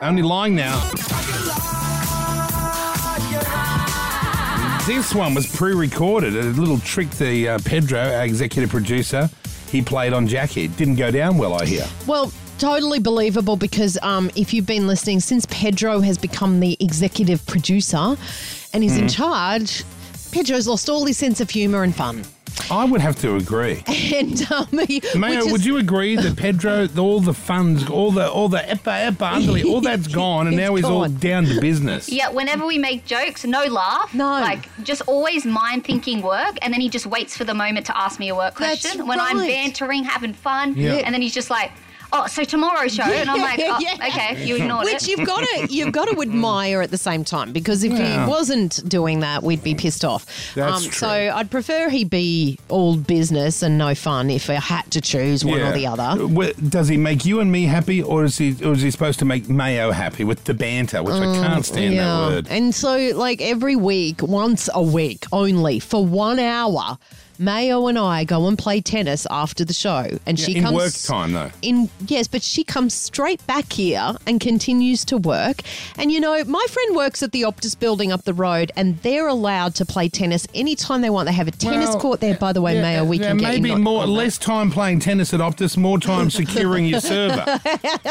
Only lying now. This one was pre recorded, a little trick the uh, Pedro, our executive producer, he played on Jackie. It didn't go down well, I hear. Well, totally believable because um, if you've been listening since Pedro has become the executive producer and Hmm. is in charge, Pedro's lost all his sense of humor and fun. I would have to agree. And um, he- Mayo, which is- would you agree that Pedro, all the funds, all the all the epa epa underly, all that's gone, and It's now he's all gone. down to business? Yeah, whenever we make jokes, no laugh. No. Like, just always mind thinking work. And then he just waits for the moment to ask me a work That's question when I'm right. bantering, having fun. Yeah. And then he's just like, oh, so tomorrow's show. And I'm like, oh, Yeah. okay, you ignored it. Which you've got to you've got to admire at the same time because if Hmm. Yeah. he wasn't doing that, we'd be pissed off. Um, That's So true. I'd prefer he be all business and no fun if I had to choose one or the other. Wh- Uh, Does he make you and me happy, or is he or is he supposed to make Mayo happy with the banter, which I can't stand that word? Mm, And so like every week, once a week only for one hour, Mayo and I go and play tennis after the show, and she in comes work time though. in yes, but she comes straight back here and continues to work. And you know, my friend works at the Optus building up the road, and they're allowed to play tennis anytime they want. They have a tennis Well, court there, by the way, yeah, Mayor. We yeah, can get you maybe not- more less time playing tennis at Optus, more time securing your server.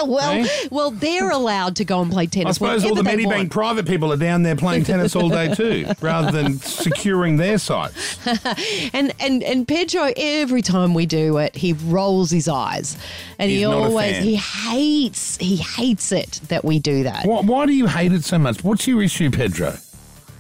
well, eh? well, they're allowed to go and play tennis. I suppose all the whenever they Medibank want. private people are down there playing tennis all day too, rather than securing their sites. and and and Pedro, every time we do it, he rolls his eyes, and he He's not a always fan. he hates he hates it that we do that. Why, why do you hate it so much? What's your issue, Pedro?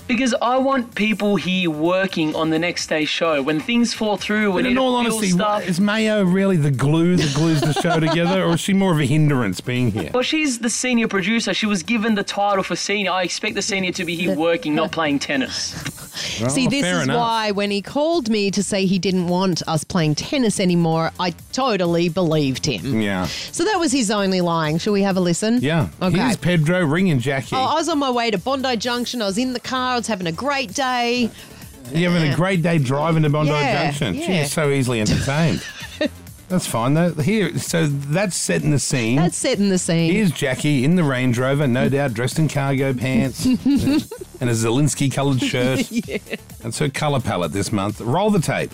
Because I want people here working on the next day's show. When things fall through, when in all honesty, stuff. is Mayo really the glue that glues the show together, or is she more of a hindrance being here? Well, she's the senior producer. She was given the title for senior. I expect the senior to be here working, not playing tennis. See, Oh, this fair is enough. why when he called me to say he didn't want us playing tennis anymore, I totally believed him. Yeah. So that was his only lying. Shall we have a listen? Yeah. Okay. Oh, Here's Pedro ringing Jackie. I I was on my way to Bondi Junction. I was in the car. I was having a great day. You're having a great day driving to Bondi Yeah, Junction. She yeah. is so easily entertained. that's fine though. Here, so that's setting the scene. That's setting the scene. Here's Jackie in the Range Rover, no doubt dressed in cargo pants and a Zelinsky coloured shirt. That's her colour palette this month. Roll the tape.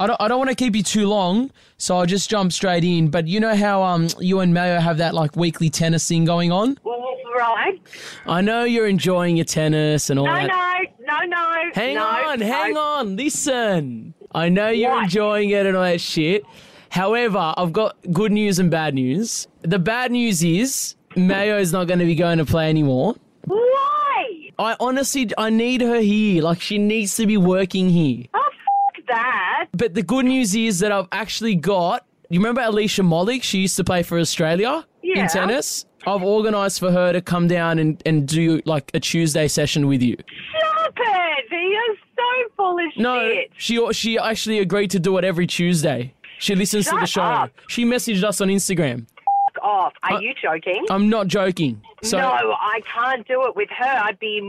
I don't, I don't want to keep you too long, so I'll just jump straight in. But you know how um you and Mayo have that like weekly tennis thing going on? Well, right. I know you're enjoying your tennis and all No, that. no, no, no. Hang no, on, hang no. on, listen. I know you're What? enjoying it and all that shit. However, I've got good news and bad news. The bad news is Mayo's not going to be going to play anymore. Why? I honestly, I need her here. Like, she needs to be working here. Oh, f- that. But the good news is that I've actually got. You remember Alicia Molik? She used to play for Australia Yeah. in tennis. I've organised for her to come down and, and do like a Tuesday session with you. Stop it. You're so full of No, shit. she she actually agreed to do it every Tuesday. She listens to Shut the show. up. She messaged us on Instagram. F- off. Uh, Are you joking? I'm not joking. So no, I can't do it with her. I'd be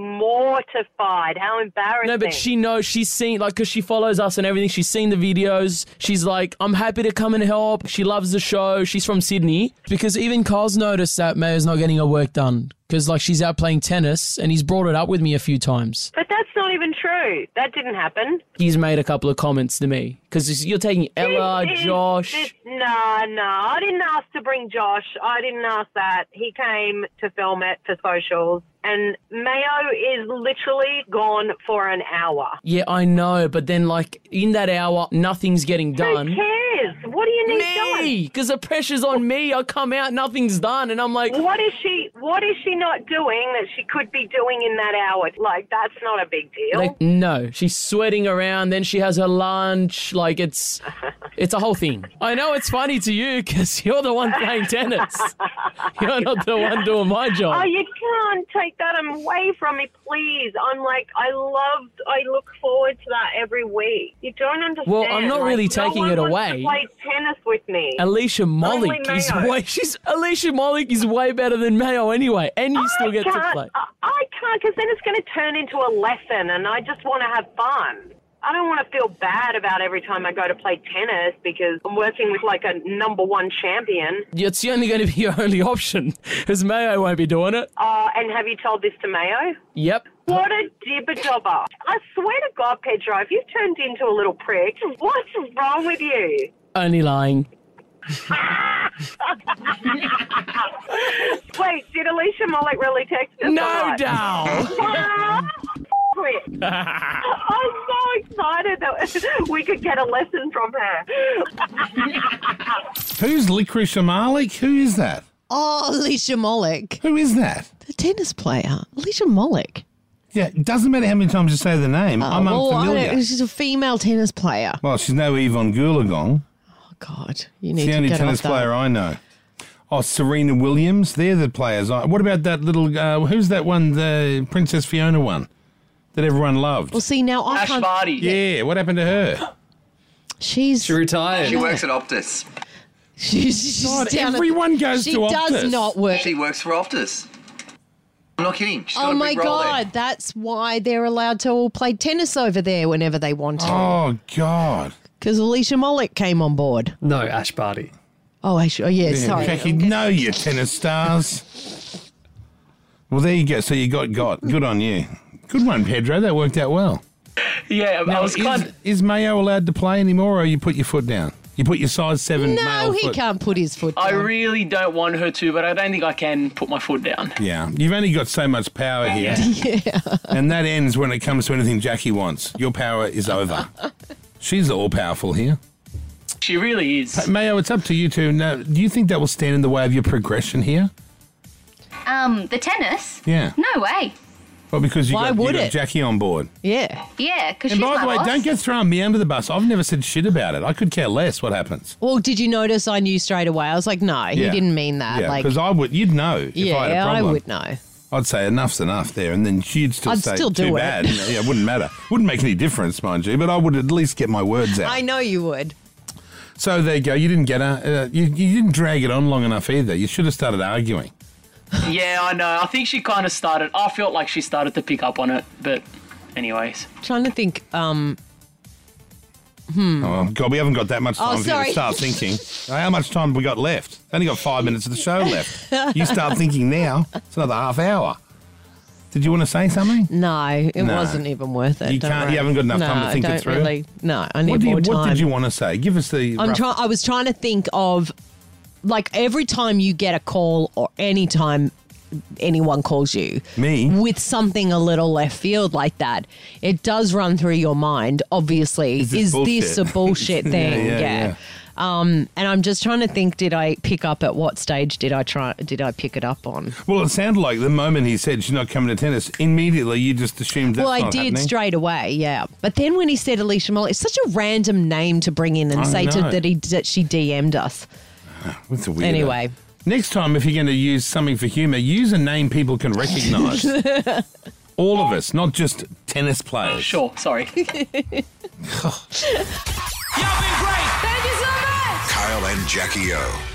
mortified. How embarrassing. No, but she knows she's seen like because she follows us and everything. She's seen the videos. She's like, I'm happy to come and help. She loves the show. She's from Sydney because even Carl's noticed that Mayo's not getting her work done because like she's out playing tennis and he's brought it up with me a few times. But that's not even true. That didn't happen. He's made a couple of comments to me because you're taking Ella, This is- Josh. this- No, no. I didn't ask to bring Josh. I didn't ask that. He came to film it for socials. And Mayo is literally gone for an hour. Yeah, I know, but then like in that hour, nothing's getting Who done. cares? What do you need Me, because the pressure's on me. I come out, nothing's done, and I'm like, done? What is she? What is she not doing that she could be doing in that hour? Like that's not a big deal. Like, no, she's sweating around. Then she has her lunch. Like it's, it's a whole thing. I know it's funny to you because you're the one playing tennis. You're not the one doing my Oh, job. you can't take that away from me, please. I'm like, I love, I look forward to that every week. You don't understand. Well, I'm not Like, really no taking one it wants away. To play tennis with me. Alicia Molik Only is Mayo. way she's Alicia Molik is way better than Mayo anyway, and you still Oh, I get can't, to play. I, I can't, because then it's going to turn into a lesson, and I just want to have fun. I don't want to feel bad about every time I go to play tennis because I'm working with like a number one champion. It's only going to be your only option, because Mayo won't be doing it. Uh, and have you told this to Mayo? Yep. What a dibber jobber. I swear to God, Pedro, if you've turned into a little prick, what's wrong with you? Only lying. Wait, did Alicia Molik really text us? No, or not? Dal. Ah, quit. I'm so excited that we could get a lesson from her. Who's Licorice Amalik? Who is that? Oh, Alicia Molik, Who is that? the tennis player. Alicia Molik. Yeah, it doesn't matter how many times you say the name. I'm Oh, well, I don't- unfamiliar. she's a female tennis player. Well, she's no Yvonne Goolagong. Oh God, you need It's the to only get tennis off that. player I know. Oh, Serena Williams. They're the players. I, what about that little? Uh, who's that one? The Princess Fiona one that everyone loved. Well, see now I Ash can't. Barty. yeah. What happened to her? She's She retired. She works at Optus. she's, she's God, down at- everyone goes she to does Optus. not work. She works for Optus. I'm not kidding. She's got Oh a my big role there. God, that's why they're allowed to all play tennis over there whenever they want to. Oh God. Because Alicia Molik came on board. No, Ash Barty. Oh, I sh- oh yeah, sorry. Jackie, know your tennis stars. well, there you go. So you got got. Good on you. Good one, Pedro. That worked out well. Yeah, I was is, kind is Mayo allowed to play anymore, or you put your foot down? You put your size seven. No, male he foot. can't put his foot down. I really don't want her to, but I don't think I can put my foot down. Yeah, you've only got so much power here. and that ends when it comes to anything Jackie wants. Your power is over. She's all powerful here. She really is. Mayo, it's up to you two. Now, do you think that will stand in the way of your progression here? Um, the tennis? Yeah. No way. Well, because you, Why got, you would got it? Jackie on board. yeah. Yeah, because And she's by my the way, boss. don't get throwing me under the bus. I've never said shit about it. I could care less what happens. Well, did you notice I knew straight away? I was like, no, he Yeah. didn't mean that. Yeah, like, because I would, you'd know. If yeah, I, had a I problem. would know. I'd say enough's enough there, and then you'd still I'd say still do too it. bad. yeah, it wouldn't matter. Wouldn't make any difference, mind you. But I would at least get my words out. I know you would. So there you go. You didn't get a, uh, you, you didn't drag it on long enough either. You should have started arguing. Yeah, I know. I think she kind of started. I felt like she started to pick up on it, but anyways. trying to think. Um, Oh God, we haven't got that much Hmm. Oh, time for you sorry. to start thinking. How much time have we got left? Only got five minutes of the show left. You start thinking now. It's another half hour. Did you want to say something? no, it No. wasn't even worth it. You don't can't- you worry. haven't got enough no, time to think it I don't through? Really, no, I need What, do you- more time. what did you want to say? Give us the. I'm rough- trying. I was trying to think of, like, every time you get a call or any time anyone calls you Me? with something a little left field like that, it does run through your mind. Obviously, Is this is this a bullshit? bullshit thing? yeah, yeah. Um, and I'm just trying to think. Did I pick up at what stage? Did I try? Did I pick it up on? Well, it sounded like the moment he said she's not coming to tennis, immediately you just assumed that's well, I not did happening. straight away, yeah. But then when he said Alicia Moller, it's such a random name to bring in and I say to, know. that he that she DM'd us. What's a weirdo? Anyway. Next time, if you're going to use something for humour, use a name people can recognise. All of us, not just tennis players. Sure, sorry. Kyle and Jackie O.